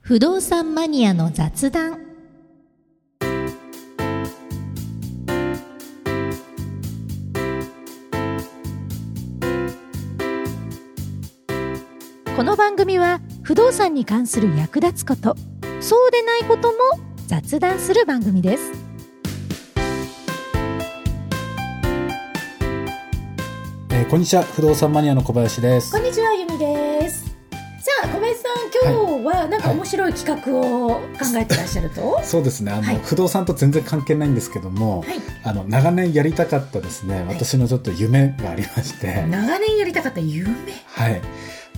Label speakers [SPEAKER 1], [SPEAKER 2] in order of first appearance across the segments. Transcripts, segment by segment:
[SPEAKER 1] 不動産マニアの雑談この番組は不動産に関する役立つことそうでないことも雑談する番組です
[SPEAKER 2] えーこんにちは不動産マニアの小林です
[SPEAKER 3] こんにちは、ゆみです。さあ、小林さん、今日はなんか面白い企画を考えてらっしゃると。は
[SPEAKER 2] そうですねあの、
[SPEAKER 3] はい
[SPEAKER 2] 不動産と全然関係ないんですけども、
[SPEAKER 3] い。
[SPEAKER 2] あの長年やりたかったですね
[SPEAKER 3] い
[SPEAKER 2] 私のちょっと夢がありまして、はい
[SPEAKER 3] 長年やりたかった夢。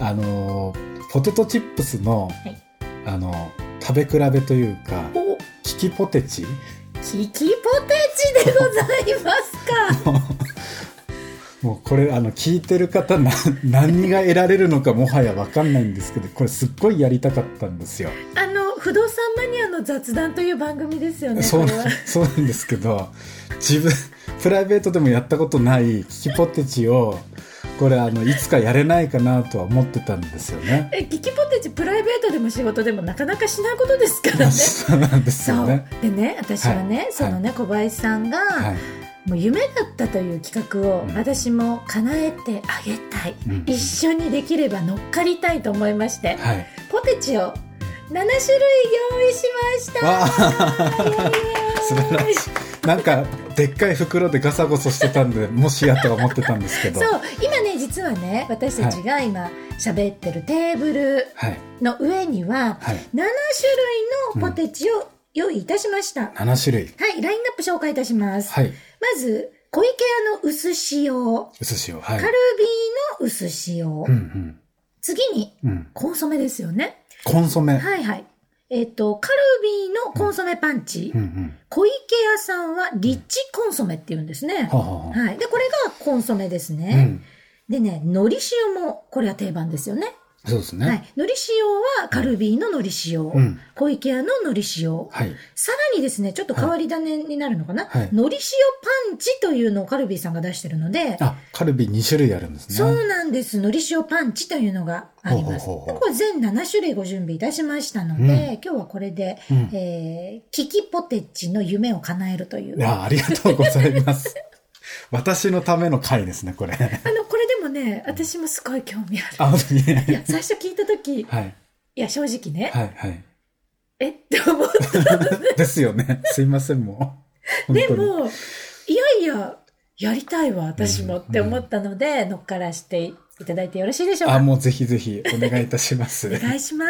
[SPEAKER 2] あのーポテトチップスの、
[SPEAKER 3] い
[SPEAKER 2] あの食べ比べというか
[SPEAKER 3] お、
[SPEAKER 2] キキポテチ
[SPEAKER 3] キキポテチでございますか。
[SPEAKER 2] もうこれあの聞いてる方な何が得られるのかもはや分かんないんですけどこれすっごいやりたかったんですよ。
[SPEAKER 3] あの、不動産マニアの雑談という番組ですよね。
[SPEAKER 2] そ
[SPEAKER 3] こ
[SPEAKER 2] う
[SPEAKER 3] れは
[SPEAKER 2] なそうなんですけど自分プライベートでもやったことないキキポテチをこれあのいつかやれないかなとは思ってたんですよね。
[SPEAKER 3] え、キキポテチプライベートでも仕事でもなかなかしないことですからね。
[SPEAKER 2] そうなんです
[SPEAKER 3] そ
[SPEAKER 2] よ
[SPEAKER 3] う
[SPEAKER 2] ね。
[SPEAKER 3] でね私はね、
[SPEAKER 2] はい
[SPEAKER 3] そのね小林さんが、
[SPEAKER 2] はい、
[SPEAKER 3] もう夢だったという企画を
[SPEAKER 2] うん
[SPEAKER 3] 私も叶えてあげたい、
[SPEAKER 2] うん
[SPEAKER 3] 一緒にできれば乗っかりたいと思いまして、
[SPEAKER 2] はい、
[SPEAKER 3] ポテチを7種類用意しました
[SPEAKER 2] わ
[SPEAKER 3] イエーイ
[SPEAKER 2] 素晴らしいなんかでっかい袋でガサゴソしてたんでもしやとは思ってたんですけど
[SPEAKER 3] そ。う今ね実はね私たちが今喋ってるテーブル
[SPEAKER 2] はい
[SPEAKER 3] の上には
[SPEAKER 2] はい、
[SPEAKER 3] 7種類のポテチを用意いたしました、は
[SPEAKER 2] 7種類
[SPEAKER 3] いラインナップ紹介いたします、
[SPEAKER 2] はい
[SPEAKER 3] まず小池屋の薄塩、
[SPEAKER 2] 薄塩はい
[SPEAKER 3] カルビーの薄塩、
[SPEAKER 2] うん
[SPEAKER 3] 次に
[SPEAKER 2] うんうん
[SPEAKER 3] コンソメですよね。
[SPEAKER 2] コンソメ、
[SPEAKER 3] はいはい。えっ、と、カルビーのコンソメパンチ、
[SPEAKER 2] うんうん
[SPEAKER 3] 小池屋さんはリッチコンソメって言うんですね。
[SPEAKER 2] はあはあはあ
[SPEAKER 3] はい。で、これがコンソメです
[SPEAKER 2] う
[SPEAKER 3] ね。
[SPEAKER 2] ん
[SPEAKER 3] でね、海苔塩も、これは定番ですよね。
[SPEAKER 2] そうですね、
[SPEAKER 3] はい。海苔塩はカルビーの海苔塩、
[SPEAKER 2] うん
[SPEAKER 3] 小池屋の海苔塩。
[SPEAKER 2] はい
[SPEAKER 3] さらにですね、ちょっと変わり種になるのかな、
[SPEAKER 2] はい
[SPEAKER 3] 海苔塩パンチというのをカルビーさんが出してるので、
[SPEAKER 2] あカルビ2種類あるんですね
[SPEAKER 3] そうなんです。のり塩パンチというのがあります。
[SPEAKER 2] ほうほうほうほう
[SPEAKER 3] これ全7種類ご準備いたしましたので、
[SPEAKER 2] うん
[SPEAKER 3] 今日はこれで、
[SPEAKER 2] うん
[SPEAKER 3] えー、キキポテチの夢を叶えるという。
[SPEAKER 2] いや、ありがとうございます。 私のための回ですね、これ。
[SPEAKER 3] あの、これでもね、私もすごい興味あ
[SPEAKER 2] あ、本当 に。
[SPEAKER 3] る。いや、最初聞いた時い
[SPEAKER 2] はい。
[SPEAKER 3] や、正直ね、
[SPEAKER 2] はい、はい。
[SPEAKER 3] えって思っ
[SPEAKER 2] ですよね。すいません、もう。
[SPEAKER 3] て、で
[SPEAKER 2] 本当に、
[SPEAKER 3] も、いやいや、やりたいわ、私もって思ったので、乗っからしていただいてよろしいでしょう
[SPEAKER 2] あ、
[SPEAKER 3] か。
[SPEAKER 2] もうぜひぜひお願いいたします
[SPEAKER 3] お。願いしま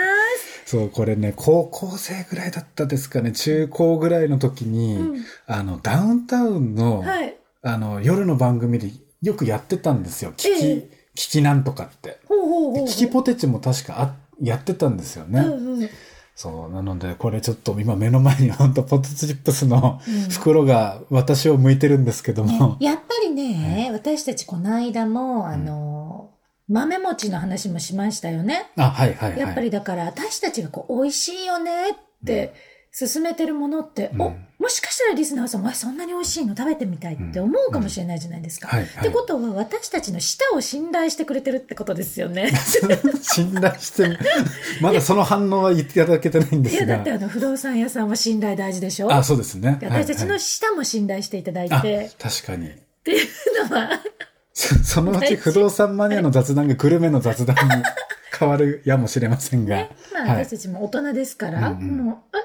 [SPEAKER 3] す。
[SPEAKER 2] そう、これね、高校生ぐらいだったですかね、中高ぐらいの時に、
[SPEAKER 3] うん
[SPEAKER 2] あの、ダウンタウンの、
[SPEAKER 3] はい。
[SPEAKER 2] あの、夜の番組でよくやってたんですよ。聞き、
[SPEAKER 3] え
[SPEAKER 2] 聞きなんとかって。
[SPEAKER 3] ほうほう
[SPEAKER 2] で
[SPEAKER 3] ほう。
[SPEAKER 2] 聞きポテチも確かあ、やってたんですよね。
[SPEAKER 3] うんうん。
[SPEAKER 2] そう、なので、これちょっと今目の前に本当ポテトチップスの
[SPEAKER 3] うん
[SPEAKER 2] 袋が私を向いてるんですけど
[SPEAKER 3] ね、、
[SPEAKER 2] も
[SPEAKER 3] やっぱりね、私たちこの間も、あの、豆餅の話もしましたよね。
[SPEAKER 2] あ、はいはいはい。
[SPEAKER 3] やっぱりだから、私たちがこう、美味しいよねって、勧めてるものって、
[SPEAKER 2] うん
[SPEAKER 3] お、もしかしたらリスナーさんも、あそんなに美味しいの食べてみたいって思うかもしれないじゃないですか。
[SPEAKER 2] はい、
[SPEAKER 3] っ
[SPEAKER 2] は
[SPEAKER 3] て
[SPEAKER 2] い。
[SPEAKER 3] ことは、私たちの舌を信頼してくれてるってことですよね。
[SPEAKER 2] 信頼して、まだその反応は言っていただけてない んで
[SPEAKER 3] い
[SPEAKER 2] す
[SPEAKER 3] や、だ
[SPEAKER 2] が
[SPEAKER 3] って。あの、不動産屋さんは信頼大事でしょ
[SPEAKER 2] あ、そうですね。
[SPEAKER 3] で私たち
[SPEAKER 2] は
[SPEAKER 3] の
[SPEAKER 2] い
[SPEAKER 3] 舌も信頼していただいて、
[SPEAKER 2] はい
[SPEAKER 3] っ
[SPEAKER 2] あ、確かに。
[SPEAKER 3] ていうのは、
[SPEAKER 2] そそのうち不動産マニアの雑談がグルメの雑談 に変わるやもしれませんが
[SPEAKER 3] ね。、まあ、
[SPEAKER 2] はい
[SPEAKER 3] 私たちも大人ですから、
[SPEAKER 2] うんうん
[SPEAKER 3] もうあ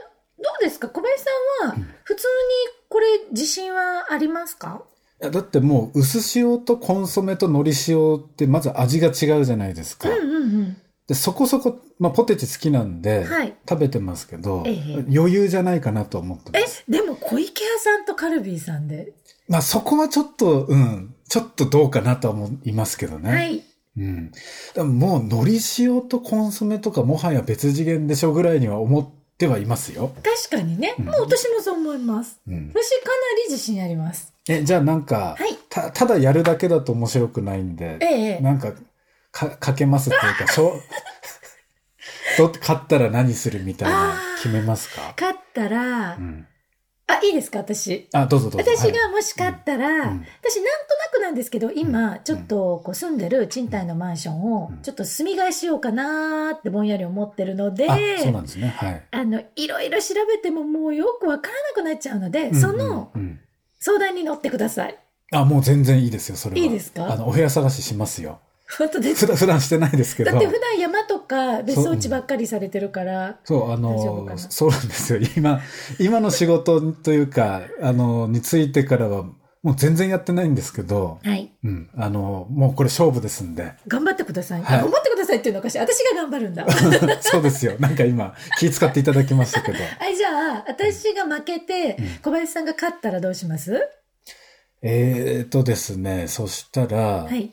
[SPEAKER 3] どうですか小林さんは
[SPEAKER 2] うん
[SPEAKER 3] 普通にこれ自信はありますか、
[SPEAKER 2] いやだってもう、薄塩とコンソメと海苔塩ってまず味が違うじゃないです
[SPEAKER 3] う
[SPEAKER 2] か
[SPEAKER 3] ん、。うん
[SPEAKER 2] で、そこそこ、まあ、ポテチ好きなん
[SPEAKER 3] う
[SPEAKER 2] で、
[SPEAKER 3] んはい
[SPEAKER 2] 食べてますけど、
[SPEAKER 3] ええ
[SPEAKER 2] 余裕じゃないかなと思ってます。
[SPEAKER 3] えでも小池屋さんとカルビーさんで、
[SPEAKER 2] まあそこはちょっと、うん、ちょっとどうかなとは思いますけどね。
[SPEAKER 3] はい
[SPEAKER 2] うん。でももう海苔塩とコンソメとかもはや別次元でしょぐらいには思ってはいますよ。
[SPEAKER 3] 確かにね、
[SPEAKER 2] うん
[SPEAKER 3] もう私もそう思います
[SPEAKER 2] うん。
[SPEAKER 3] 私かなり自信あります
[SPEAKER 2] え、じゃあなんか、
[SPEAKER 3] はい
[SPEAKER 2] た、ただやるだけだと面白くないん
[SPEAKER 3] え
[SPEAKER 2] で、
[SPEAKER 3] え
[SPEAKER 2] なんか、か、かけますっていう か、しょ、ど、勝ったら何するみたいな
[SPEAKER 3] あー
[SPEAKER 2] 決めますか
[SPEAKER 3] 勝ったら、
[SPEAKER 2] うん。
[SPEAKER 3] あいいいですか、私。
[SPEAKER 2] あどうぞどうぞ
[SPEAKER 3] 私
[SPEAKER 2] はい
[SPEAKER 3] がもし買ったら、私なん
[SPEAKER 2] うん
[SPEAKER 3] となくなんですけど、今、ちょっとこう住んでる賃貸のマンションを
[SPEAKER 2] うん、
[SPEAKER 3] ちょっと住み替えしようかなーってぼんやり思ってるので、
[SPEAKER 2] あそうなんですねはい、
[SPEAKER 3] あの、いろいろ調べてももうよくわからなくなっちゃうので、その
[SPEAKER 2] うんうんうん
[SPEAKER 3] 相談に乗ってください。
[SPEAKER 2] あもう全然いいですよそれはい
[SPEAKER 3] いですか
[SPEAKER 2] あのお部屋探ししますよ
[SPEAKER 3] 本当です
[SPEAKER 2] 普段普段してないですけど
[SPEAKER 3] だって普段山とか別荘地ばっかりされてるから、
[SPEAKER 2] そう、あ
[SPEAKER 3] 大丈夫か
[SPEAKER 2] の、
[SPEAKER 3] な
[SPEAKER 2] そうなんですよ。今、今の仕事というか、あの、についてからは、もう全然やってないんですけど、
[SPEAKER 3] はい。
[SPEAKER 2] うん、あの、もうこれ勝負ですんで。
[SPEAKER 3] 頑張ってください。
[SPEAKER 2] はい
[SPEAKER 3] 頑張ってくださいっていうのおかしい。私が頑張る んだ。
[SPEAKER 2] そうですよ。なんか今、気使っていただきましたけど。
[SPEAKER 3] はい、じゃあ、私が負けて
[SPEAKER 2] うん、
[SPEAKER 3] 小林さんが勝ったらどうします、
[SPEAKER 2] えーとですね、そしたら、
[SPEAKER 3] はい。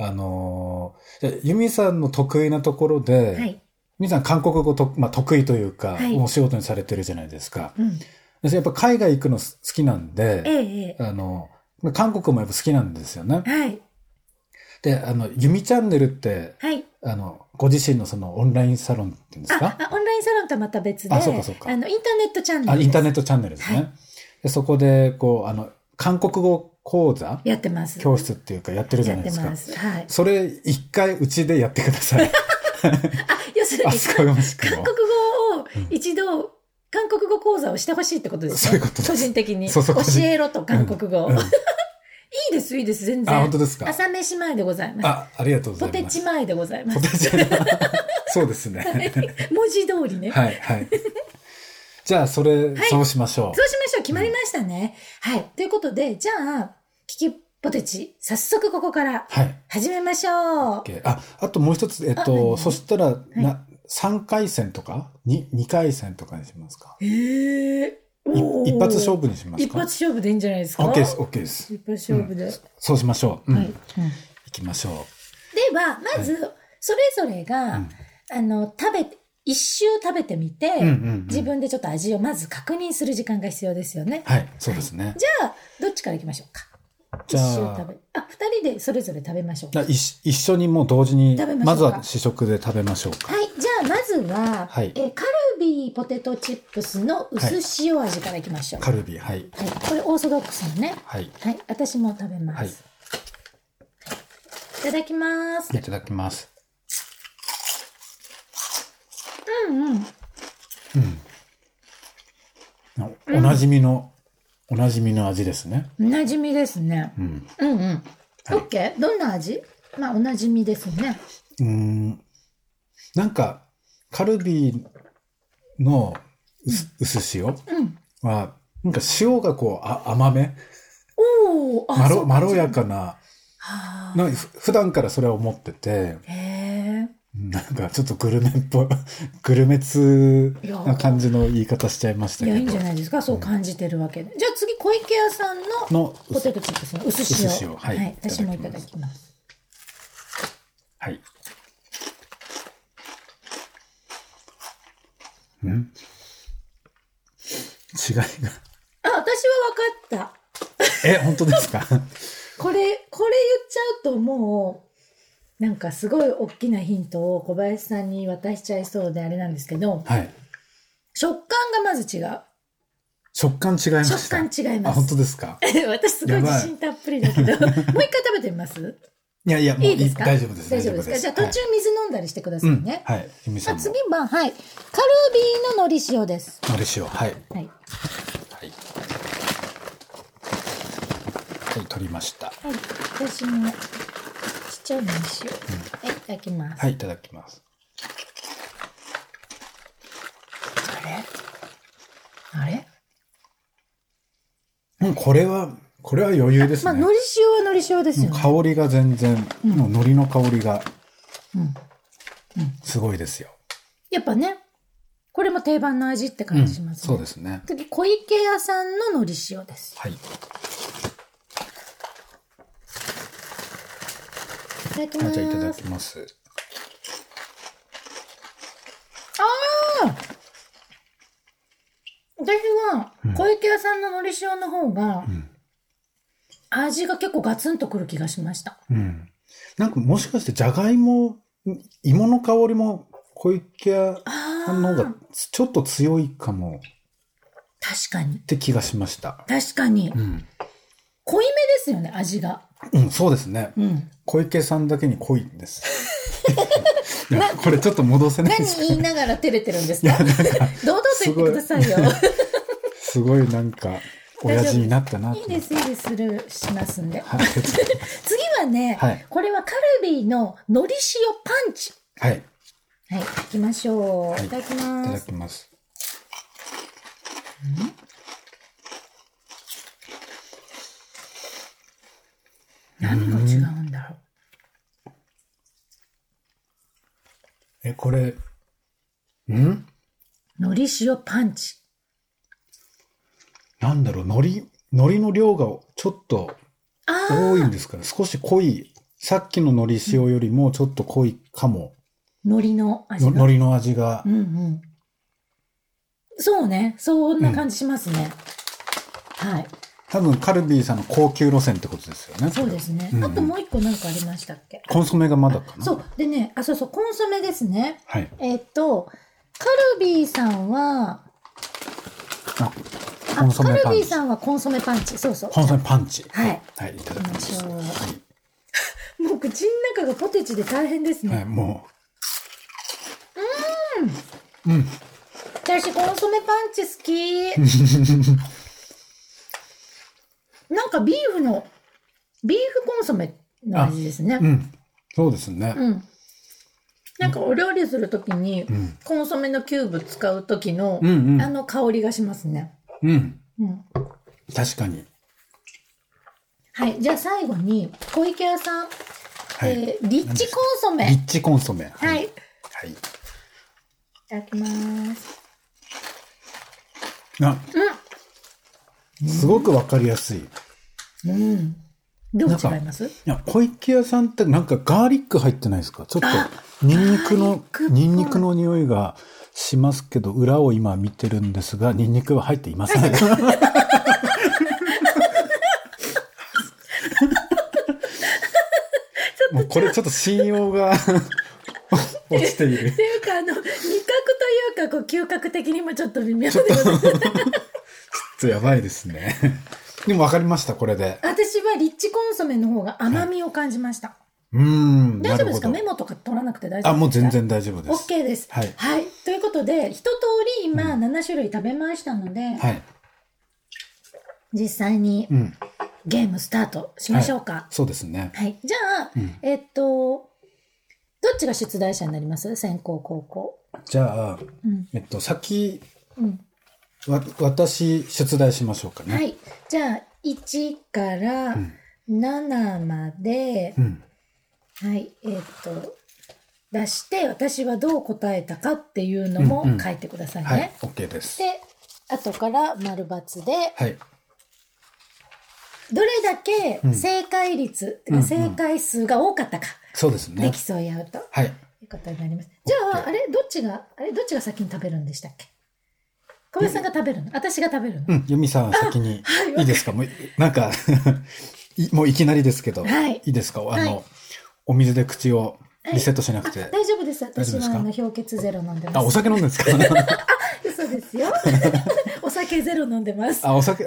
[SPEAKER 2] あの、じゃあユミさんの得意なところで、
[SPEAKER 3] はい。
[SPEAKER 2] ユミさん韓国語と、まあ、得意というか、
[SPEAKER 3] はい
[SPEAKER 2] もうお仕事にされてるじゃないですか。
[SPEAKER 3] うん。
[SPEAKER 2] 私やっぱ海外行くの好きなん
[SPEAKER 3] え
[SPEAKER 2] で、
[SPEAKER 3] え、え
[SPEAKER 2] あの、韓国もやっぱ好きなんですよね
[SPEAKER 3] え。。はい。
[SPEAKER 2] で、あの、ユミチャンネルって、
[SPEAKER 3] はい。
[SPEAKER 2] あの、ご自身のそのオンラインサロンって言うんです
[SPEAKER 3] あ
[SPEAKER 2] か
[SPEAKER 3] あ、オンラインサロンとはまた別で、
[SPEAKER 2] あそうかそうか
[SPEAKER 3] あの、インターネットチャンネ
[SPEAKER 2] あ
[SPEAKER 3] ルで
[SPEAKER 2] イ
[SPEAKER 3] す
[SPEAKER 2] ンターネットチャンネルですね。
[SPEAKER 3] は
[SPEAKER 2] でそこで、こう、あの、韓国語講座
[SPEAKER 3] やってます。
[SPEAKER 2] 教室っていうかやってるじゃ
[SPEAKER 3] や
[SPEAKER 2] な
[SPEAKER 3] って
[SPEAKER 2] いですか
[SPEAKER 3] ま。す。はい。
[SPEAKER 2] それ、一回うちでやってくだ さい。
[SPEAKER 3] あ、要するに、
[SPEAKER 2] 飛鳥がましく
[SPEAKER 3] 韓
[SPEAKER 2] も
[SPEAKER 3] 国。語を一度、韓国語講座をしてほしいってことですね。
[SPEAKER 2] そういうことです
[SPEAKER 3] 個人的に。
[SPEAKER 2] そうそう個人
[SPEAKER 3] 教えろと、韓国語を。
[SPEAKER 2] うんうん
[SPEAKER 3] いいです、いいです、全然。
[SPEAKER 2] あ、本当ですか。
[SPEAKER 3] 朝飯前でございます。
[SPEAKER 2] あ、ありがとうござ
[SPEAKER 3] ポ
[SPEAKER 2] い
[SPEAKER 3] テ
[SPEAKER 2] ます
[SPEAKER 3] チ。前でございま
[SPEAKER 2] ポ
[SPEAKER 3] す。
[SPEAKER 2] テチ。 そうですね。
[SPEAKER 3] 文字通りね。
[SPEAKER 2] はい、はい。じゃあ、それ、
[SPEAKER 3] はい
[SPEAKER 2] そうしましょ
[SPEAKER 3] そうしましょう。決まりましたね。はい。ということで、じゃあ、キキポテチ、早速ここから
[SPEAKER 2] う。はい。
[SPEAKER 3] 始めましょう。
[SPEAKER 2] OK あ、あともう一つ、えっ
[SPEAKER 3] あ何
[SPEAKER 2] と、そしたら、な、3回戦とかに ?2 回戦とかにしますか
[SPEAKER 3] ええ
[SPEAKER 2] い
[SPEAKER 3] おー
[SPEAKER 2] 一発勝負にします
[SPEAKER 3] 一
[SPEAKER 2] か
[SPEAKER 3] 発勝負でいいんじゃないですか。
[SPEAKER 2] オッケーです、オッケーです。
[SPEAKER 3] 一発勝負で。
[SPEAKER 2] そうしましょう。うん
[SPEAKER 3] はい。うん
[SPEAKER 2] 行きましょ
[SPEAKER 3] では、まず、それぞれ
[SPEAKER 2] う。
[SPEAKER 3] が、
[SPEAKER 2] うん
[SPEAKER 3] あの、食べて、一周食べてみて、
[SPEAKER 2] うんうんうん
[SPEAKER 3] 自分でちょっと味をまず確認する時間が必要ですよね。
[SPEAKER 2] はい、そうですね。
[SPEAKER 3] じゃあ、どっちから行きましょうか。
[SPEAKER 2] じ
[SPEAKER 3] 一
[SPEAKER 2] ゃ
[SPEAKER 3] 周食
[SPEAKER 2] あ、
[SPEAKER 3] べ、あ、二人でそれぞれ食べましょうか。
[SPEAKER 2] じゃあ一緒一緒にもう同時に
[SPEAKER 3] 食べ、ましょうか
[SPEAKER 2] まずは試食で食べましょうか。
[SPEAKER 3] はい、じゃあまずは、
[SPEAKER 2] はい
[SPEAKER 3] えーカルビーポテトチップスの薄塩味からいきましょう。は
[SPEAKER 2] カルビ、はい。
[SPEAKER 3] い、これオーソドックスのね。
[SPEAKER 2] はい。
[SPEAKER 3] はい、私も食べます。、
[SPEAKER 2] はい
[SPEAKER 3] た
[SPEAKER 2] い。
[SPEAKER 3] だきます。
[SPEAKER 2] いただきます。
[SPEAKER 3] うんうん。
[SPEAKER 2] おなじみの、おなじみの味ですね。
[SPEAKER 3] 馴染みですね。
[SPEAKER 2] うん。
[SPEAKER 3] うんうん。オッケー。どんな味？まあお馴染みですね。
[SPEAKER 2] うーん。なんか、カルビの薄薄塩
[SPEAKER 3] うん。
[SPEAKER 2] は、なんか塩がこう、あ甘め
[SPEAKER 3] おお。あ
[SPEAKER 2] ま
[SPEAKER 3] そう
[SPEAKER 2] ろ、
[SPEAKER 3] か
[SPEAKER 2] まろやかな、
[SPEAKER 3] はあ。
[SPEAKER 2] なんかふ普段からそれは思ってて、
[SPEAKER 3] へえ。
[SPEAKER 2] なんかちょっとグルメっぽい、 グルメ通な感じの言い方しちゃいました
[SPEAKER 3] いやいい
[SPEAKER 2] け
[SPEAKER 3] んじ
[SPEAKER 2] ど
[SPEAKER 3] ゃ。ないですか。そう感じてるわけで。じゃあ次小池屋さんの
[SPEAKER 2] の、
[SPEAKER 3] ポテトチップスの薄塩。
[SPEAKER 2] 薄塩はい
[SPEAKER 3] はい。私もい
[SPEAKER 2] い
[SPEAKER 3] た
[SPEAKER 2] た
[SPEAKER 3] だ
[SPEAKER 2] だ
[SPEAKER 3] きます。
[SPEAKER 2] はい。ん違いが。
[SPEAKER 3] あ、私は分かった。
[SPEAKER 2] え、本当ですか
[SPEAKER 3] これ、これ言っちゃうともう、なんかすごい大きなヒントを小林さんに渡しちゃいそうであれなんですけど、
[SPEAKER 2] はい。
[SPEAKER 3] 食感がまず違う。
[SPEAKER 2] 食感違いました。
[SPEAKER 3] 食感違い
[SPEAKER 2] あ、
[SPEAKER 3] ま
[SPEAKER 2] 本
[SPEAKER 3] す。
[SPEAKER 2] 当ですか
[SPEAKER 3] 私すごい
[SPEAKER 2] やばい
[SPEAKER 3] 自信たっぷりだけど、もう一回食べてみます
[SPEAKER 2] いやいや、 もう
[SPEAKER 3] い
[SPEAKER 2] い
[SPEAKER 3] いですか
[SPEAKER 2] 大丈夫です。
[SPEAKER 3] 大丈夫ですかじゃあ途中水飲んだりしてくださ
[SPEAKER 2] はいい、う
[SPEAKER 3] ね。
[SPEAKER 2] ん。はい。ゆみ
[SPEAKER 3] さ
[SPEAKER 2] さ
[SPEAKER 3] あ
[SPEAKER 2] んも。
[SPEAKER 3] 次は、はい。カルビーの海苔塩です。
[SPEAKER 2] のり塩。はい。
[SPEAKER 3] はい。
[SPEAKER 2] はい。はい、取りました。
[SPEAKER 3] はい。私も、ちっちゃいのにしよう。はい、いただきます。
[SPEAKER 2] はい、いただきます。
[SPEAKER 3] あれ
[SPEAKER 2] うん、これは、これは余裕です
[SPEAKER 3] まあ、
[SPEAKER 2] ね。
[SPEAKER 3] 海苔塩は海苔塩ですよね。
[SPEAKER 2] もう香りが全然、もう海苔の香りが
[SPEAKER 3] うん、
[SPEAKER 2] すごいですよ。
[SPEAKER 3] やっぱね、これも定番の味って感じしますね。
[SPEAKER 2] そうですね。
[SPEAKER 3] 次、小池屋さんの海苔塩です。
[SPEAKER 2] はい。
[SPEAKER 3] いただき
[SPEAKER 2] あ
[SPEAKER 3] ます。
[SPEAKER 2] じゃあいただきます。
[SPEAKER 3] 私は、小池屋さんの海苔塩の方が、
[SPEAKER 2] ん
[SPEAKER 3] 味が結構ガツンとくる気がしました。
[SPEAKER 2] うん。なんかもしかして、じゃがいも、芋の香りも、小池屋
[SPEAKER 3] ああ
[SPEAKER 2] さんの方がちょっと強いかも。
[SPEAKER 3] 確かに。
[SPEAKER 2] て気がしました。
[SPEAKER 3] 確かに
[SPEAKER 2] う。ん。
[SPEAKER 3] 濃いめですよね、味が。
[SPEAKER 2] うん、そうですね。
[SPEAKER 3] うん。
[SPEAKER 2] 小池さんだけに濃いんです。いや これちょっと戻せないで
[SPEAKER 3] 何
[SPEAKER 2] すか
[SPEAKER 3] 言いながら照れてるんですか 堂々と言ってくださいよ。
[SPEAKER 2] すごいなんか、親父になったなと
[SPEAKER 3] い
[SPEAKER 2] 思
[SPEAKER 3] い
[SPEAKER 2] って
[SPEAKER 3] です、いいです、する、しますんで。
[SPEAKER 2] は
[SPEAKER 3] 次はね、
[SPEAKER 2] はい
[SPEAKER 3] これはカルビーののり塩パンチ。
[SPEAKER 2] い。はい。
[SPEAKER 3] はい、行きましょう。
[SPEAKER 2] はい
[SPEAKER 3] い、ただきま
[SPEAKER 2] いただ
[SPEAKER 3] す。
[SPEAKER 2] きます。
[SPEAKER 3] 何が違うんだろう。
[SPEAKER 2] え、これ、ん
[SPEAKER 3] のり塩パンチ。
[SPEAKER 2] なんだろう、海苔、海苔の量がちょっと
[SPEAKER 3] あ
[SPEAKER 2] 多いんですかね。少し濃い。さっきの海苔塩よりもちょっと濃いかも。
[SPEAKER 3] ー、のりの味
[SPEAKER 2] の
[SPEAKER 3] が。
[SPEAKER 2] 海苔の味が
[SPEAKER 3] う。んうん。そうね、そんな感じしますね。はい、
[SPEAKER 2] 多分カルビーさんの高級路線ってことですよね。
[SPEAKER 3] そうですね。
[SPEAKER 2] うん
[SPEAKER 3] あともう一個なんかありましたっけ
[SPEAKER 2] コンソメがまだかな。
[SPEAKER 3] そう、でね、あ、そうそう、コンソメですね。
[SPEAKER 2] はい。
[SPEAKER 3] えっと、カルビーさんは、
[SPEAKER 2] あ、コ
[SPEAKER 3] あ
[SPEAKER 2] ンソ
[SPEAKER 3] カ
[SPEAKER 2] メパ
[SPEAKER 3] ル
[SPEAKER 2] ン
[SPEAKER 3] ビー
[SPEAKER 2] チ。
[SPEAKER 3] さんはコンソメパンチ。そうそう。
[SPEAKER 2] コンソメパンチ。
[SPEAKER 3] はい。
[SPEAKER 2] はい、いただきます。
[SPEAKER 3] 行きましょ
[SPEAKER 2] は
[SPEAKER 3] もう口の中がポテチで大変です
[SPEAKER 2] い、
[SPEAKER 3] ね。
[SPEAKER 2] はい、もう。うん。
[SPEAKER 3] 私、コンソメパンチ好き。 なんかビーフの、ビーフコンソメの味ですね
[SPEAKER 2] う。ん。そうですね。
[SPEAKER 3] うん。なんかお料理するときに
[SPEAKER 2] う、ん。
[SPEAKER 3] コンソメのキューブ使うときの、
[SPEAKER 2] うんうん
[SPEAKER 3] あの香りがしますね。
[SPEAKER 2] うん。
[SPEAKER 3] うん。
[SPEAKER 2] 確かに。
[SPEAKER 3] はい。じゃあ最後に、小池屋さん、
[SPEAKER 2] はい。
[SPEAKER 3] えーリッチコンソ
[SPEAKER 2] リ
[SPEAKER 3] メ。
[SPEAKER 2] ッチコンソメ。
[SPEAKER 3] は。
[SPEAKER 2] はいい
[SPEAKER 3] い。
[SPEAKER 2] はい
[SPEAKER 3] ただきます。
[SPEAKER 2] あ、すごくわかりやすい。い
[SPEAKER 3] うん。どう
[SPEAKER 2] なんか
[SPEAKER 3] 違います
[SPEAKER 2] や、小池屋さんってなんかガーリック入ってないですかちょっと、ニンニク
[SPEAKER 3] ガ
[SPEAKER 2] の
[SPEAKER 3] ーリックっ、ぽい
[SPEAKER 2] ニンニクの匂いがしますけど、裏を今見てるんですが、ニンニクは入っていません。 もうこれちょっと信用が 落ちている
[SPEAKER 3] っ。ていうか、あの、味覚というか、こう、嗅覚的にもちょっと微妙でございます。
[SPEAKER 2] ちょっとやばいですね。でもわかりました、これで。
[SPEAKER 3] 私はリッチコンソメの方が甘みを感じました。
[SPEAKER 2] うーん、な
[SPEAKER 3] 大丈
[SPEAKER 2] る
[SPEAKER 3] 夫で
[SPEAKER 2] ほ
[SPEAKER 3] すか
[SPEAKER 2] ど
[SPEAKER 3] メ。モとか取らなくて大丈夫ですか
[SPEAKER 2] あ、もう全。然大丈夫です。
[SPEAKER 3] OK です。
[SPEAKER 2] はい
[SPEAKER 3] ということで、一通り今、7種類食べましたので、
[SPEAKER 2] はい。
[SPEAKER 3] 実際に
[SPEAKER 2] うん。
[SPEAKER 3] ゲームスタートしましょうか。
[SPEAKER 2] そうですね。
[SPEAKER 3] はい。じゃあ、
[SPEAKER 2] うん
[SPEAKER 3] えっと、どっちが出題者になります先行、後攻。
[SPEAKER 2] じゃあ、
[SPEAKER 3] うん。
[SPEAKER 2] えっと、先、
[SPEAKER 3] うん。
[SPEAKER 2] わ、私、出題しましょうかね。
[SPEAKER 3] はい。じゃあ、1から
[SPEAKER 2] うん。
[SPEAKER 3] 7まで、
[SPEAKER 2] うん。
[SPEAKER 3] はい、えーっと、出して、私はどう答えたかっていうのも
[SPEAKER 2] うんうん
[SPEAKER 3] 書いてくださいね。
[SPEAKER 2] はい。OK です。
[SPEAKER 3] で、後から丸×で、
[SPEAKER 2] はい。
[SPEAKER 3] どれだけ
[SPEAKER 2] うん
[SPEAKER 3] 正解率、て
[SPEAKER 2] うんう
[SPEAKER 3] か
[SPEAKER 2] ん
[SPEAKER 3] 正解数が多かったか、
[SPEAKER 2] そうですね
[SPEAKER 3] でき。そうやうと、
[SPEAKER 2] はい。
[SPEAKER 3] いうことになります。じゃあ、あれ、どっちが、あれ、どっちが先に食べるんでしたっけ小林さんが食べるの私が食べるの、
[SPEAKER 2] うん。由美さん、先に、いいですかもう、なんか い、もういきなりですけど、
[SPEAKER 3] はい
[SPEAKER 2] いですかあ
[SPEAKER 3] は
[SPEAKER 2] の、お水で口をリセットしな
[SPEAKER 3] あ
[SPEAKER 2] くて。
[SPEAKER 3] 大丈夫です。
[SPEAKER 2] 大丈夫
[SPEAKER 3] 私
[SPEAKER 2] で
[SPEAKER 3] は
[SPEAKER 2] すか
[SPEAKER 3] あの氷結ゼロ飲んで
[SPEAKER 2] あ、
[SPEAKER 3] ま
[SPEAKER 2] お
[SPEAKER 3] す。
[SPEAKER 2] 酒飲んでるんですか
[SPEAKER 3] 嘘ですよ。お酒ゼロ飲んでます。
[SPEAKER 2] あ、お酒、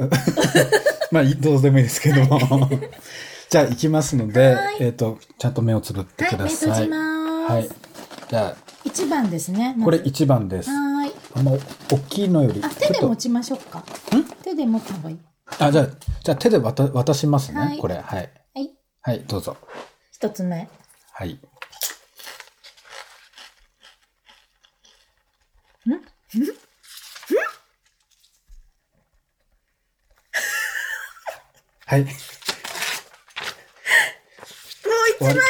[SPEAKER 2] まあ、いどうでもいいですけども。 じゃあ、いきますので
[SPEAKER 3] はい、
[SPEAKER 2] えっと、ちゃんと目をつぶって
[SPEAKER 3] はい、
[SPEAKER 2] くだ
[SPEAKER 3] 目
[SPEAKER 2] さい。
[SPEAKER 3] 閉じます。
[SPEAKER 2] はい。じゃ
[SPEAKER 3] 一番ですね。
[SPEAKER 2] あ、
[SPEAKER 3] ま
[SPEAKER 2] これ
[SPEAKER 3] ず
[SPEAKER 2] 1番です。
[SPEAKER 3] はーい。
[SPEAKER 2] あんま大きいのより、
[SPEAKER 3] あ、手
[SPEAKER 2] ち
[SPEAKER 3] で
[SPEAKER 2] ょ
[SPEAKER 3] 持
[SPEAKER 2] っ
[SPEAKER 3] ちましょうか
[SPEAKER 2] ん。
[SPEAKER 3] 手で持った方がいい。
[SPEAKER 2] と、あ、じゃあ、じゃあ手で渡渡しますね、
[SPEAKER 3] はい
[SPEAKER 2] これ。はい。
[SPEAKER 3] はい。
[SPEAKER 2] はい、どうぞ。
[SPEAKER 3] 一つ目。
[SPEAKER 2] はい。はい。
[SPEAKER 3] もう一
[SPEAKER 2] 枚食べ
[SPEAKER 3] ていい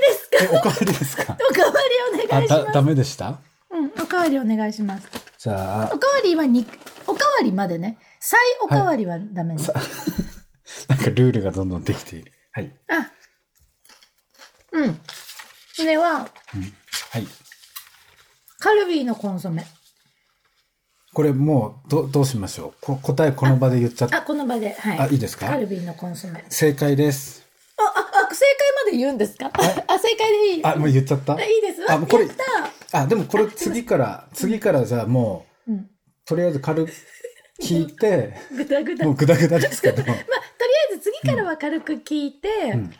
[SPEAKER 3] ですか
[SPEAKER 2] え、おかわりですか
[SPEAKER 3] おかわ りお願
[SPEAKER 2] あ、
[SPEAKER 3] いし
[SPEAKER 2] だ、
[SPEAKER 3] ます。
[SPEAKER 2] ダメでした
[SPEAKER 3] うん、おかわりお願いします。
[SPEAKER 2] じゃあ
[SPEAKER 3] お、かわりはに、おかわりまでね。再おかわりはダメね。
[SPEAKER 2] なんかルールがどんどんできている。はい。
[SPEAKER 3] あ。うん。これは、
[SPEAKER 2] うんはい。
[SPEAKER 3] カルビーのコンソメ。
[SPEAKER 2] これもう、ど、どうしましょうこ答えこの場で言っちゃって
[SPEAKER 3] あ、。この場で。はい。
[SPEAKER 2] あいいですか
[SPEAKER 3] カルビーのコンソメ。
[SPEAKER 2] 正解です。
[SPEAKER 3] あ、あ、あ、正解まで言うんですかあ、正解でいい。
[SPEAKER 2] あ、もう言っちゃった
[SPEAKER 3] あいいです。
[SPEAKER 2] あ、もうこれ
[SPEAKER 3] やっ、た
[SPEAKER 2] あ、でもこれ次から、次からじゃあもう、
[SPEAKER 3] うん。
[SPEAKER 2] とりあえずカル聞いて、
[SPEAKER 3] ぐだぐだ。
[SPEAKER 2] もう
[SPEAKER 3] まあ、と
[SPEAKER 2] グダグダで すけど、
[SPEAKER 3] りあえず次からは軽く聞いて、
[SPEAKER 2] うん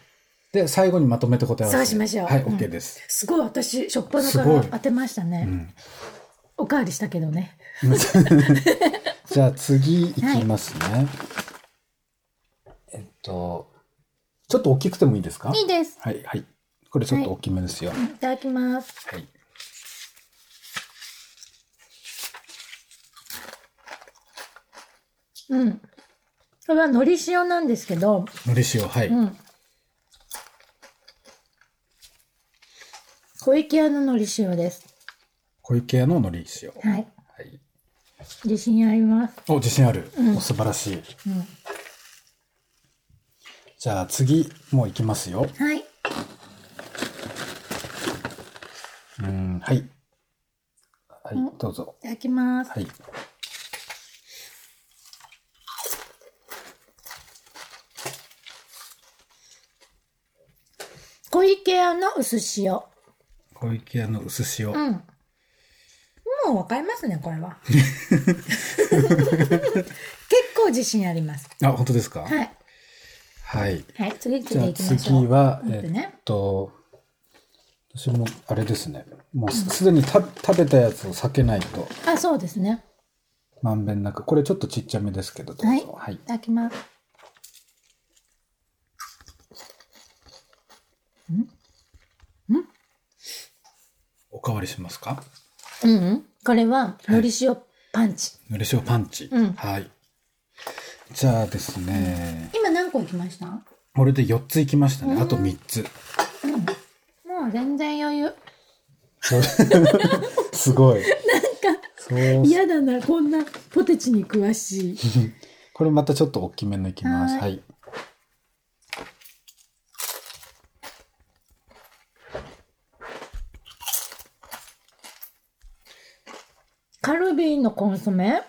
[SPEAKER 2] で、最後にまとめて答えを
[SPEAKER 3] そうしましょう
[SPEAKER 2] はい、
[SPEAKER 3] うん
[SPEAKER 2] OK です。
[SPEAKER 3] すごい私、しょっぱなか
[SPEAKER 2] すご
[SPEAKER 3] ら
[SPEAKER 2] い
[SPEAKER 3] 当てましたね。
[SPEAKER 2] うん
[SPEAKER 3] おかわりしたけどね。
[SPEAKER 2] じゃあ次いきますね。えっと、ちょっと大きくてもいいですか
[SPEAKER 3] いいです。
[SPEAKER 2] はい、はい。これちょっと大きめですよ。
[SPEAKER 3] いただきます。
[SPEAKER 2] はい。
[SPEAKER 3] うん。これは海苔塩なんですけど、
[SPEAKER 2] のり塩、はい。
[SPEAKER 3] うん。小池屋の海苔塩です。
[SPEAKER 2] 小池屋ののり塩。は
[SPEAKER 3] はい。
[SPEAKER 2] い。
[SPEAKER 3] 自信あります。
[SPEAKER 2] お、自信ある。
[SPEAKER 3] うん
[SPEAKER 2] お素晴らしい。
[SPEAKER 3] うん。
[SPEAKER 2] じゃあ次、もういきますよ。
[SPEAKER 3] はい。
[SPEAKER 2] うん、はい。はい、どうぞ。
[SPEAKER 3] いただきます。
[SPEAKER 2] はい。
[SPEAKER 3] 小池屋の薄塩。
[SPEAKER 2] 小池屋の薄塩。
[SPEAKER 3] うん。もうわかりますね、これ は。結構自信あります。
[SPEAKER 2] あ、本当ですか
[SPEAKER 3] はい。
[SPEAKER 2] はい。
[SPEAKER 3] はい、次
[SPEAKER 2] じゃ
[SPEAKER 3] 次
[SPEAKER 2] あ
[SPEAKER 3] 行きましょう。
[SPEAKER 2] 次は、
[SPEAKER 3] 待
[SPEAKER 2] え
[SPEAKER 3] って
[SPEAKER 2] っ
[SPEAKER 3] ね。
[SPEAKER 2] と、私もあれですね。もうすすでにた食べたやつを避けないと、
[SPEAKER 3] あ、そうですね。
[SPEAKER 2] まんべんなく。これちょっとちっちゃめですけど、ど
[SPEAKER 3] は
[SPEAKER 2] う
[SPEAKER 3] い。
[SPEAKER 2] ぞ。はい
[SPEAKER 3] い、ただきます。
[SPEAKER 2] おかわりしますか
[SPEAKER 3] うん、うん、これは、のり塩パンチ。
[SPEAKER 2] のり塩パンチ。
[SPEAKER 3] うん
[SPEAKER 2] はい。じゃあですね、
[SPEAKER 3] 今何個いきましたも
[SPEAKER 2] これで4ついきましたね。あと3つ。
[SPEAKER 3] う全然余裕。
[SPEAKER 2] すごい。なんか、
[SPEAKER 3] 嫌だな、こんなポテチに詳しい。
[SPEAKER 2] これまたちょっと大きめのいきます。
[SPEAKER 3] は
[SPEAKER 2] はいい。
[SPEAKER 3] カルビーのコンソメ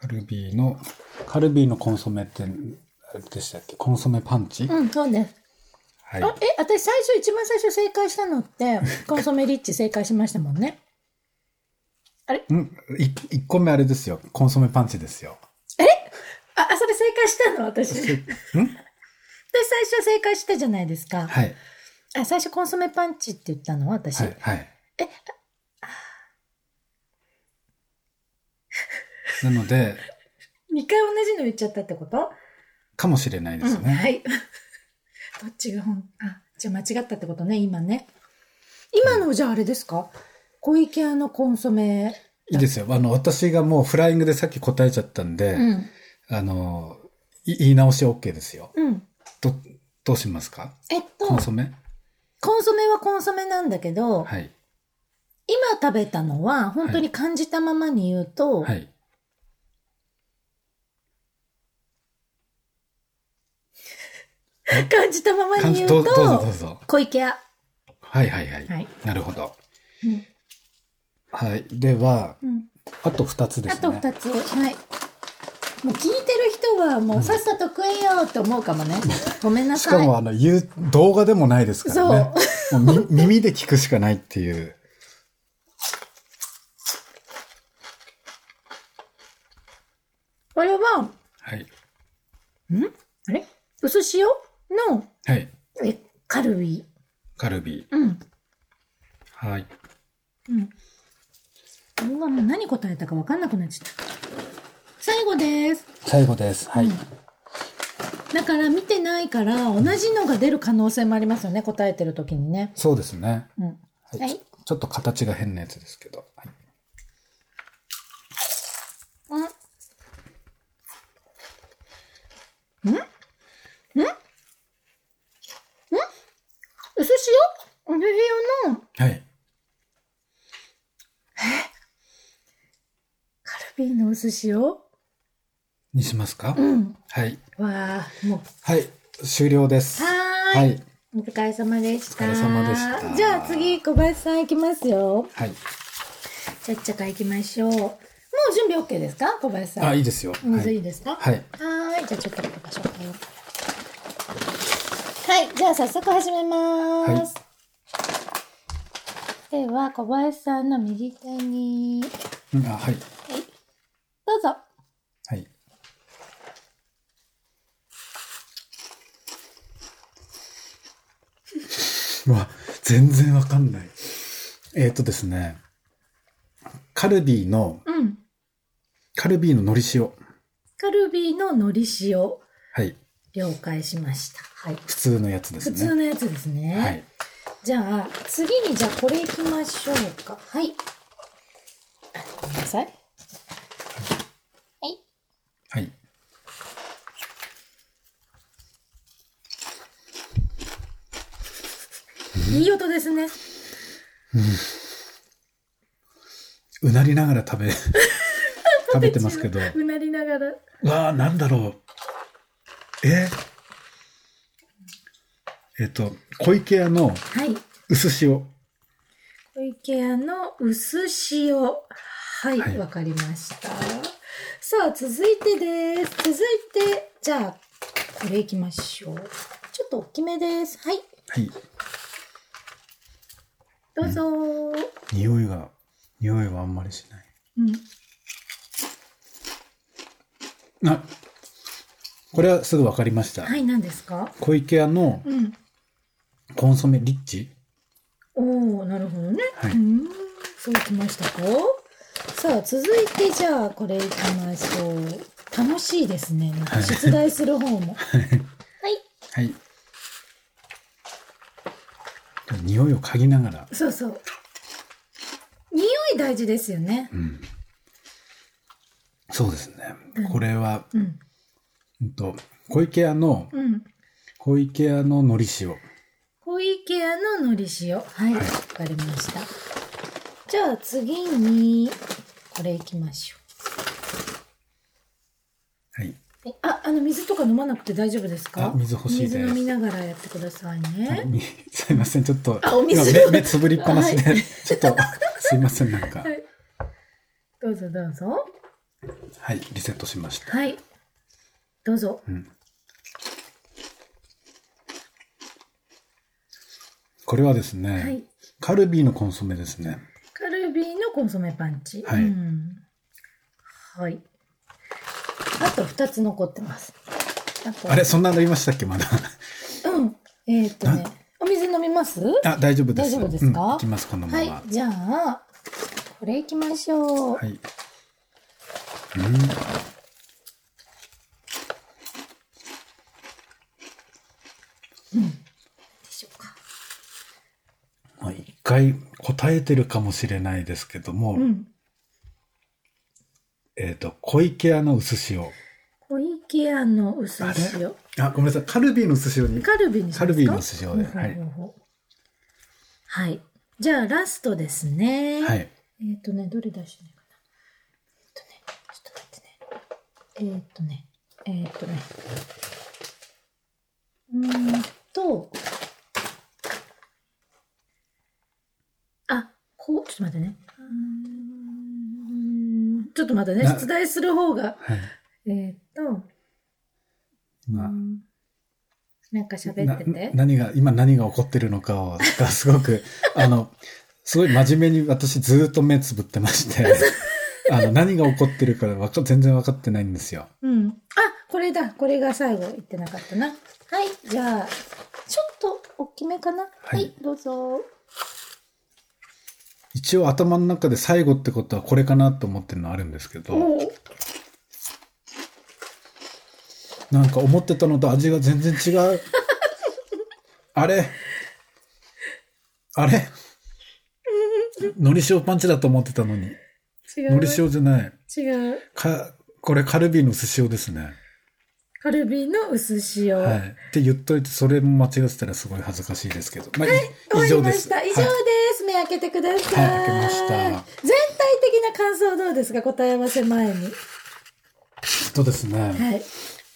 [SPEAKER 2] カルビーの、カルビーのコンソメって、あれでしたっけコンソメパンチ、
[SPEAKER 3] うん、そうです。
[SPEAKER 2] はい
[SPEAKER 3] あ。え、私最初、一番最初正解したの って、コンソメリッチ正解しましたもんね。
[SPEAKER 2] うん、1個目あれですよ。コンソメパンチですよ。
[SPEAKER 3] あ、あそれ正解したの私。私最
[SPEAKER 2] ん
[SPEAKER 3] 初正解したじゃないですか。
[SPEAKER 2] はい。
[SPEAKER 3] あ、最初コンソメパンチって言ったの私。
[SPEAKER 2] はい。はい。
[SPEAKER 3] え、
[SPEAKER 2] なので、
[SPEAKER 3] 2回同じの言っちゃったってこと
[SPEAKER 2] かもしれないで
[SPEAKER 3] うん
[SPEAKER 2] すね。
[SPEAKER 3] はい。 どっちが本、あ、じゃあ間違ったってことね、今ね。今の、じゃああれですか小池屋のコンソメ。
[SPEAKER 2] いいですよ。あの、私がもうフライングでさっき答えちゃったんで、
[SPEAKER 3] うん。
[SPEAKER 2] あの、い言い直しは OK ですよ。
[SPEAKER 3] うん。
[SPEAKER 2] ど、どうしますか
[SPEAKER 3] えっと、
[SPEAKER 2] コンソメ
[SPEAKER 3] コンソメはコンソメなんだけど、
[SPEAKER 2] はい。
[SPEAKER 3] 今食べたのは、本当に感じたままに言うと、
[SPEAKER 2] はい。
[SPEAKER 3] 感じたまま
[SPEAKER 2] 感
[SPEAKER 3] に
[SPEAKER 2] じ
[SPEAKER 3] 言う
[SPEAKER 2] ど
[SPEAKER 3] と、
[SPEAKER 2] うどうぞどうぞ。
[SPEAKER 3] 小池屋。
[SPEAKER 2] はいはいはい。
[SPEAKER 3] はい
[SPEAKER 2] なるほど。
[SPEAKER 3] うん
[SPEAKER 2] はい。では、
[SPEAKER 3] うん
[SPEAKER 2] あと2つで
[SPEAKER 3] あ
[SPEAKER 2] す
[SPEAKER 3] と
[SPEAKER 2] ね。
[SPEAKER 3] 2つ。はい。もう聞いてる人はもうさっさと食えよって思うかもね。ごめんな
[SPEAKER 2] し
[SPEAKER 3] さい。
[SPEAKER 2] かも、あの、言う、動画でもないですからね。もうみ 耳で聞くしかないっていう。
[SPEAKER 3] これは、
[SPEAKER 2] はい。
[SPEAKER 3] あれ薄塩の
[SPEAKER 2] はい。
[SPEAKER 3] えカルビ。
[SPEAKER 2] カルビ
[SPEAKER 3] うん。
[SPEAKER 2] ー。はい。
[SPEAKER 3] うん。うわ、もう何答えたか分かんなくなっちゃった。最後です。
[SPEAKER 2] 最後です。はい。
[SPEAKER 3] だから見てないから同じのが出る可能性もありますよね。答えてる時にね。
[SPEAKER 2] そうですね。
[SPEAKER 3] うん。
[SPEAKER 2] はい
[SPEAKER 3] はい
[SPEAKER 2] ちょちょっと形が変なやつですけど。はい
[SPEAKER 3] うん。んん薄塩薄塩の
[SPEAKER 2] はい。
[SPEAKER 3] カルビーの薄塩
[SPEAKER 2] にしますか
[SPEAKER 3] うん。
[SPEAKER 2] はい。
[SPEAKER 3] わあ、もう。
[SPEAKER 2] はい。終了です。
[SPEAKER 3] はーい。
[SPEAKER 2] はい。
[SPEAKER 3] お疲れ様でした。
[SPEAKER 2] お疲れ様でした
[SPEAKER 3] じゃあ次、小林さん行きますよ。
[SPEAKER 2] はい。
[SPEAKER 3] ちゃっちゃか行きましょう。もう準備 OK ですか小林さん。
[SPEAKER 2] あ、いいですよ。
[SPEAKER 3] お水
[SPEAKER 2] はいい。
[SPEAKER 3] いですか
[SPEAKER 2] はい。
[SPEAKER 3] はーい、じゃあちょっと行きましょうはい、じゃあ早速始めます。では、小林さんの右手に、
[SPEAKER 2] うんあ、はい。
[SPEAKER 3] どうぞ。
[SPEAKER 2] はい。 うわ、全然わかんない。えっ、とですね、カルビーの、
[SPEAKER 3] うん。
[SPEAKER 2] カルビーののり塩。
[SPEAKER 3] カルビーののり塩、
[SPEAKER 2] はい。
[SPEAKER 3] 了解しました。はい。
[SPEAKER 2] 普通のやつです
[SPEAKER 3] 普
[SPEAKER 2] ね。
[SPEAKER 3] 通のやつですね。
[SPEAKER 2] はい。
[SPEAKER 3] じゃあ、次にじゃあこれいきましょうか。はい。あごめんなさい。
[SPEAKER 2] はい。
[SPEAKER 3] いい音ですね。
[SPEAKER 2] うなりながら 食べ、食べてますけど。
[SPEAKER 3] うなりながら。
[SPEAKER 2] わあ、なんだろう。ええっ、と、小池屋の
[SPEAKER 3] はい。
[SPEAKER 2] 薄塩。
[SPEAKER 3] 小池屋の薄塩。はい、
[SPEAKER 2] はい
[SPEAKER 3] わ、かりました。さあ、続いてです。続いて、じゃあ、これいきましょう。ちょっと大きめです。はい。
[SPEAKER 2] はい。
[SPEAKER 3] どうぞ
[SPEAKER 2] 匂いが、匂いはあんまりしない。
[SPEAKER 3] うん。
[SPEAKER 2] あ、これはすぐわかりました。
[SPEAKER 3] はい、何ですか
[SPEAKER 2] 小池屋の
[SPEAKER 3] うん。
[SPEAKER 2] コンソメリッチ。
[SPEAKER 3] おおなるほどね。
[SPEAKER 2] はいう
[SPEAKER 3] ーん。そうきましたかさあ、続いてじゃあ、これいきましょう。楽しいですね。なんか出題する方も。 はい。
[SPEAKER 2] はい。匂いを嗅ぎながら。
[SPEAKER 3] そうそう。匂い大事ですよね。
[SPEAKER 2] うん。そうですね。
[SPEAKER 3] うん
[SPEAKER 2] これは、
[SPEAKER 3] うん。
[SPEAKER 2] うんと、小池屋の、
[SPEAKER 3] うん。
[SPEAKER 2] 小池屋の海苔塩。
[SPEAKER 3] 小池屋ののり塩。はい。わかりました。じゃあ次に、これいきましょ
[SPEAKER 2] はい。
[SPEAKER 3] う。えあ、あの、水とか飲まなくて大丈夫ですか
[SPEAKER 2] あ水欲しいです
[SPEAKER 3] 水飲みながらやってくださいね。
[SPEAKER 2] に すいません、ちょっと、
[SPEAKER 3] あお水
[SPEAKER 2] 今目目つぶりっぱなしで、
[SPEAKER 3] は
[SPEAKER 2] ちょっと、すいません、なんか、
[SPEAKER 3] はい。どうぞどうぞ。
[SPEAKER 2] はい、リセットしました。
[SPEAKER 3] はい。どうぞ。
[SPEAKER 2] うん。これはですね、
[SPEAKER 3] はい。
[SPEAKER 2] カルビーのコンソメですね。
[SPEAKER 3] カルビーのコンソメパンチ。
[SPEAKER 2] はい
[SPEAKER 3] うんはい。あと2つ残ってます。あと
[SPEAKER 2] あれ、そんなの言いましたっけ、まだ。
[SPEAKER 3] うん。えーっとね。お水飲みますは
[SPEAKER 2] あ、大丈夫です。
[SPEAKER 3] 大丈夫ですか。
[SPEAKER 2] うんいきます、このまま。はい
[SPEAKER 3] じゃあ、これいきましょう。
[SPEAKER 2] い。うん。
[SPEAKER 3] でしょうか。
[SPEAKER 2] まあ一回答えてるかもしれないですけども、
[SPEAKER 3] うん。
[SPEAKER 2] えっ、と、小池屋の薄塩。
[SPEAKER 3] 小池屋の薄塩。
[SPEAKER 2] あ、ごめんなさい。カルビーの薄塩に。
[SPEAKER 3] カルビーにしますか
[SPEAKER 2] カルビーの薄塩で
[SPEAKER 3] ほうほうほうはい。じゃあ、ラストですね。
[SPEAKER 2] はい。
[SPEAKER 3] えっ、ー、とね、どれ出してないかな。えっ、ー、とね、ちょっと待ってね。えっ、ー、とね、えっ、ー、とね。うーんと、あ、こう、ちょっと待ってね。うーんちょっと待ってね。
[SPEAKER 2] な
[SPEAKER 3] 出題する方が。
[SPEAKER 2] はい。
[SPEAKER 3] えっ、ー、と、う
[SPEAKER 2] まあ
[SPEAKER 3] んなんか喋って
[SPEAKER 2] な
[SPEAKER 3] て。
[SPEAKER 2] 何が、今何が起こってるのかを、がすご く、あの、すごい真面目に私ずーっと目つぶってま して、あの、何が起こってるからわか全然分かってないんですよ。
[SPEAKER 3] うん。あ、これだ。これが最後言ってなかったな。はい。じゃあ、ちょっと大きめかな。はいい、どうぞ。
[SPEAKER 2] 一応頭の中で最後ってことはこれかなと思ってるのはあるんですけど、
[SPEAKER 3] おう
[SPEAKER 2] なんか思ってたのと味が全然違 う。あれあれのり塩パンチだと思ってたのに。
[SPEAKER 3] 違う。
[SPEAKER 2] のり塩じゃない。
[SPEAKER 3] 違う。
[SPEAKER 2] か、これカルビーの薄塩ですね。
[SPEAKER 3] カルビーの薄塩。
[SPEAKER 2] は。
[SPEAKER 3] はい
[SPEAKER 2] って言っといて、それも間違ってたらすごい恥ずかしいですけど。まあ、い
[SPEAKER 3] 終わり
[SPEAKER 2] 以上
[SPEAKER 3] ま
[SPEAKER 2] で
[SPEAKER 3] し
[SPEAKER 2] す。
[SPEAKER 3] た。以上
[SPEAKER 2] はい
[SPEAKER 3] です。目開けてください。
[SPEAKER 2] はい開けました
[SPEAKER 3] 全体的な感想どうですか答え合わせ前に。
[SPEAKER 2] えっとですね。
[SPEAKER 3] はい。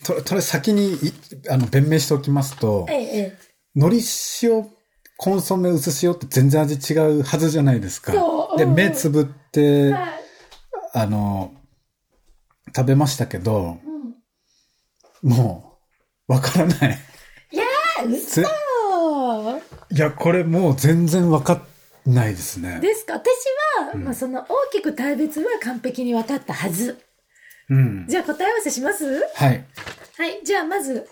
[SPEAKER 2] と、とりあえず先にい、あの、弁明しておきますと、
[SPEAKER 3] ええ、え
[SPEAKER 2] 海苔塩、コンソメ、薄塩って全然味違うはずじゃないですか
[SPEAKER 3] そう。
[SPEAKER 2] で、
[SPEAKER 3] うん
[SPEAKER 2] 目つぶっ
[SPEAKER 3] え。
[SPEAKER 2] て、
[SPEAKER 3] はい。
[SPEAKER 2] あの、食べましたけど、
[SPEAKER 3] うん。
[SPEAKER 2] もう、わからない。
[SPEAKER 3] あ、嘘
[SPEAKER 2] ついや、これもう全然わかんないですね。
[SPEAKER 3] ですか私は、まあ、その大きく大別は完璧に分かったはず。
[SPEAKER 2] うん。
[SPEAKER 3] じゃあ答え合わせします
[SPEAKER 2] はい。
[SPEAKER 3] はい。じゃあまず、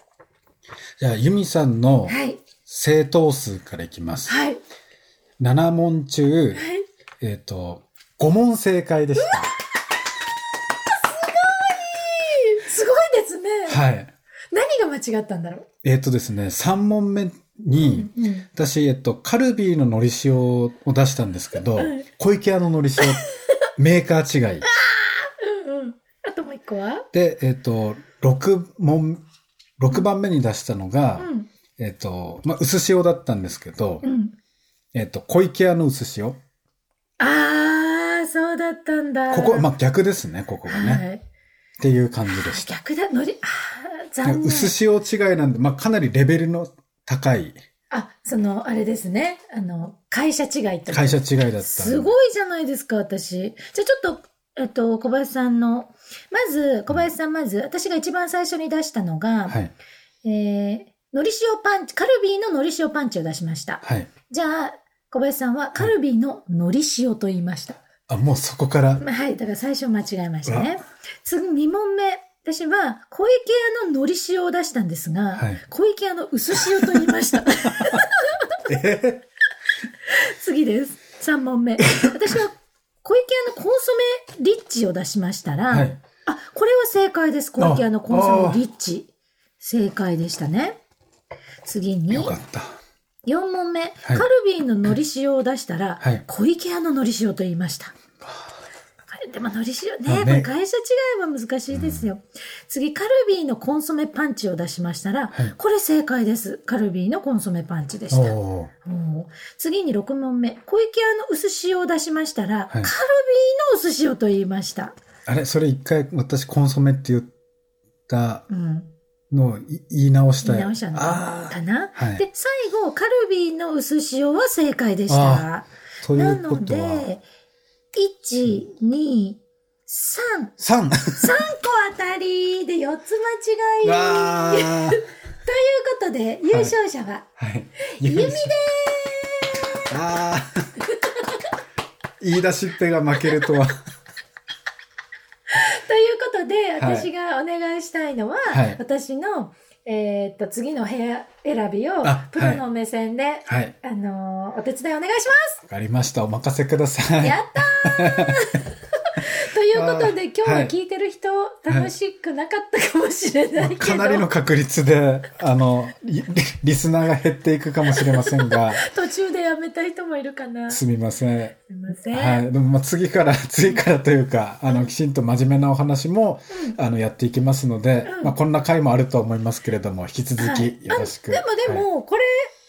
[SPEAKER 2] じゃあ、ユミさんの
[SPEAKER 3] はい。
[SPEAKER 2] 正答数からいきます。
[SPEAKER 3] はい。はい。
[SPEAKER 2] 7問中、えっ、と、5問正解でし
[SPEAKER 3] すごいですね。
[SPEAKER 2] た。はい。
[SPEAKER 3] 何が間違ったんだろう。
[SPEAKER 2] えっ、とですね、3問目に、
[SPEAKER 3] うんうん
[SPEAKER 2] 私、えっと、カルビーののり塩を出したんですけど、
[SPEAKER 3] うん
[SPEAKER 2] 小池屋ののり塩、メーカー違い。
[SPEAKER 3] うんうん。あともう一個は
[SPEAKER 2] で、えっと、6問、6番目に出したのが、
[SPEAKER 3] うん。
[SPEAKER 2] えっと、まあ、薄塩だったんですけど、
[SPEAKER 3] うん。
[SPEAKER 2] えっと、小池屋の薄塩。
[SPEAKER 3] あー、そうだったんだ。
[SPEAKER 2] ここ、まあ、逆ですね、ここがね。
[SPEAKER 3] はい。
[SPEAKER 2] っていう感じでした。
[SPEAKER 3] 逆だ、のり、あー、残念。
[SPEAKER 2] 薄塩違いなんで、まあ、かなりレベルの高い
[SPEAKER 3] あ、その、あれですね。あの、会社違いと
[SPEAKER 2] 会社違いだった。
[SPEAKER 3] すごいじゃないですか、私。じゃあちょっと、えっと、小林さんの、まず、小林さん、まず、私が一番最初に出したのが、
[SPEAKER 2] はい。
[SPEAKER 3] えー、のり塩パンチ、カルビーののり塩パンチを出しました。
[SPEAKER 2] はい。
[SPEAKER 3] じゃあ、小林さんは、カルビーののり塩と言いました。
[SPEAKER 2] あ、もうそこから、
[SPEAKER 3] まあはい、だから最初間違えましたね。次、2問目。私は、小池屋ののり塩を出したんですが、
[SPEAKER 2] はい
[SPEAKER 3] 小池屋の薄塩と言いました。
[SPEAKER 2] え
[SPEAKER 3] 次です。3問目。私は、小池屋のコンソメリッチを出しましたら、
[SPEAKER 2] はい。
[SPEAKER 3] あ、これは正解です。小池屋のコンソメリッチ。正解でしたね。次に、
[SPEAKER 2] よか
[SPEAKER 3] 4
[SPEAKER 2] った。
[SPEAKER 3] 問目、カルビーののり塩を出したら、
[SPEAKER 2] はい
[SPEAKER 3] 小池屋ののり塩と言いました。これでものり塩
[SPEAKER 2] ま
[SPEAKER 3] ね、
[SPEAKER 2] あね
[SPEAKER 3] これ会社違いは難しいですよ。次、カルビーのコンソメパンチを出しましたら、
[SPEAKER 2] はい
[SPEAKER 3] これ正解です。カルビーのコンソメパンチでした。
[SPEAKER 2] おー
[SPEAKER 3] おー次に6問目。小池屋の薄塩を出しましたら、カルビーの薄塩と言いました。
[SPEAKER 2] あれ、それ一回私コンソメって言った
[SPEAKER 3] うん。
[SPEAKER 2] のをい言い直した
[SPEAKER 3] 言
[SPEAKER 2] い。
[SPEAKER 3] い直したの
[SPEAKER 2] あ
[SPEAKER 3] かな、
[SPEAKER 2] はい
[SPEAKER 3] で、最後、カルビーの薄塩は正解でした。
[SPEAKER 2] あ、とい
[SPEAKER 3] な
[SPEAKER 2] うこ
[SPEAKER 3] の
[SPEAKER 2] とは、
[SPEAKER 3] で、1、2、3、3
[SPEAKER 2] 3!
[SPEAKER 3] 個当たりで4つ間違い。
[SPEAKER 2] わー
[SPEAKER 3] ということで、優勝者は、
[SPEAKER 2] はい。
[SPEAKER 3] ゆみでー
[SPEAKER 2] ああ。言い出しっぺが負けるとは。
[SPEAKER 3] ということで、
[SPEAKER 2] はい
[SPEAKER 3] 私がお願いしたいのは、
[SPEAKER 2] はい
[SPEAKER 3] 私の、えーっと、次の部屋選びを
[SPEAKER 2] あ、
[SPEAKER 3] プロの目線で、
[SPEAKER 2] はい。
[SPEAKER 3] あのーお手伝いお願いしま
[SPEAKER 2] わかりました。お任せくだ
[SPEAKER 3] す、
[SPEAKER 2] さい。
[SPEAKER 3] やった ーということで、今日は
[SPEAKER 2] はい
[SPEAKER 3] 聞いてる人、楽しくなかったかもしれないけど、
[SPEAKER 2] かなりの確率で、あの、リリスナーが減っていくかもしれませんが、
[SPEAKER 3] 途中でやめた人もいるかな。す
[SPEAKER 2] すみません。
[SPEAKER 3] いません。
[SPEAKER 2] はい。でも、まあ、次から、次からというか、あの、きちんと真面目なお話も、あの、やっていきますので、
[SPEAKER 3] うん
[SPEAKER 2] まあ、こんな回もあると思いますけれども、引き続
[SPEAKER 3] はい
[SPEAKER 2] きよろしく。
[SPEAKER 3] あでもで
[SPEAKER 2] はい、
[SPEAKER 3] も、これ、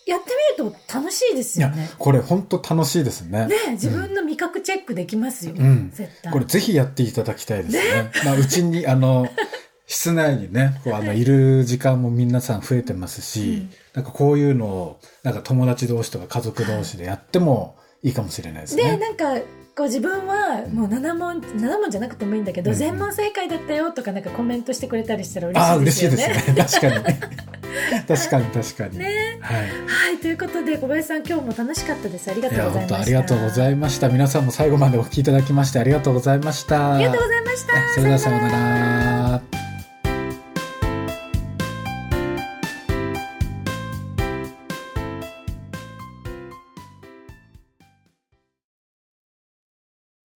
[SPEAKER 3] やってみると楽しいです
[SPEAKER 2] い
[SPEAKER 3] よ
[SPEAKER 2] や
[SPEAKER 3] ね。、
[SPEAKER 2] これ本当楽しいですね。
[SPEAKER 3] ね自分の味覚チェックできますよ。
[SPEAKER 2] うん
[SPEAKER 3] 絶対。
[SPEAKER 2] これぜひやっていただきたいですね。まあ、うちに、あの、 室内にね、こう、あの、いる時間も皆さん増えてますし、
[SPEAKER 3] うん
[SPEAKER 2] なんかこういうのを、なんか友達同士とか家族同士でやってもいいかもしれないです
[SPEAKER 3] で
[SPEAKER 2] ね。
[SPEAKER 3] なんかこう自分はもう7問7問じゃなくてもいいんだけど、
[SPEAKER 2] うん
[SPEAKER 3] 全問正解だったよとかなんかコメントしてくれたりしたら
[SPEAKER 2] ああ、
[SPEAKER 3] 嬉
[SPEAKER 2] 嬉
[SPEAKER 3] し
[SPEAKER 2] し
[SPEAKER 3] い
[SPEAKER 2] い
[SPEAKER 3] で
[SPEAKER 2] です
[SPEAKER 3] よね。
[SPEAKER 2] すね。確 かに。確かに、確かに。
[SPEAKER 3] ね
[SPEAKER 2] はい。
[SPEAKER 3] はいということで小林さん今日も楽しかったですありが
[SPEAKER 2] い
[SPEAKER 3] とう
[SPEAKER 2] や
[SPEAKER 3] ござい
[SPEAKER 2] 本
[SPEAKER 3] ました
[SPEAKER 2] 当ありがとうございました皆さんも最後までお聞きいただきましてありがとうございました
[SPEAKER 3] ありがとうございました
[SPEAKER 2] それではさようなら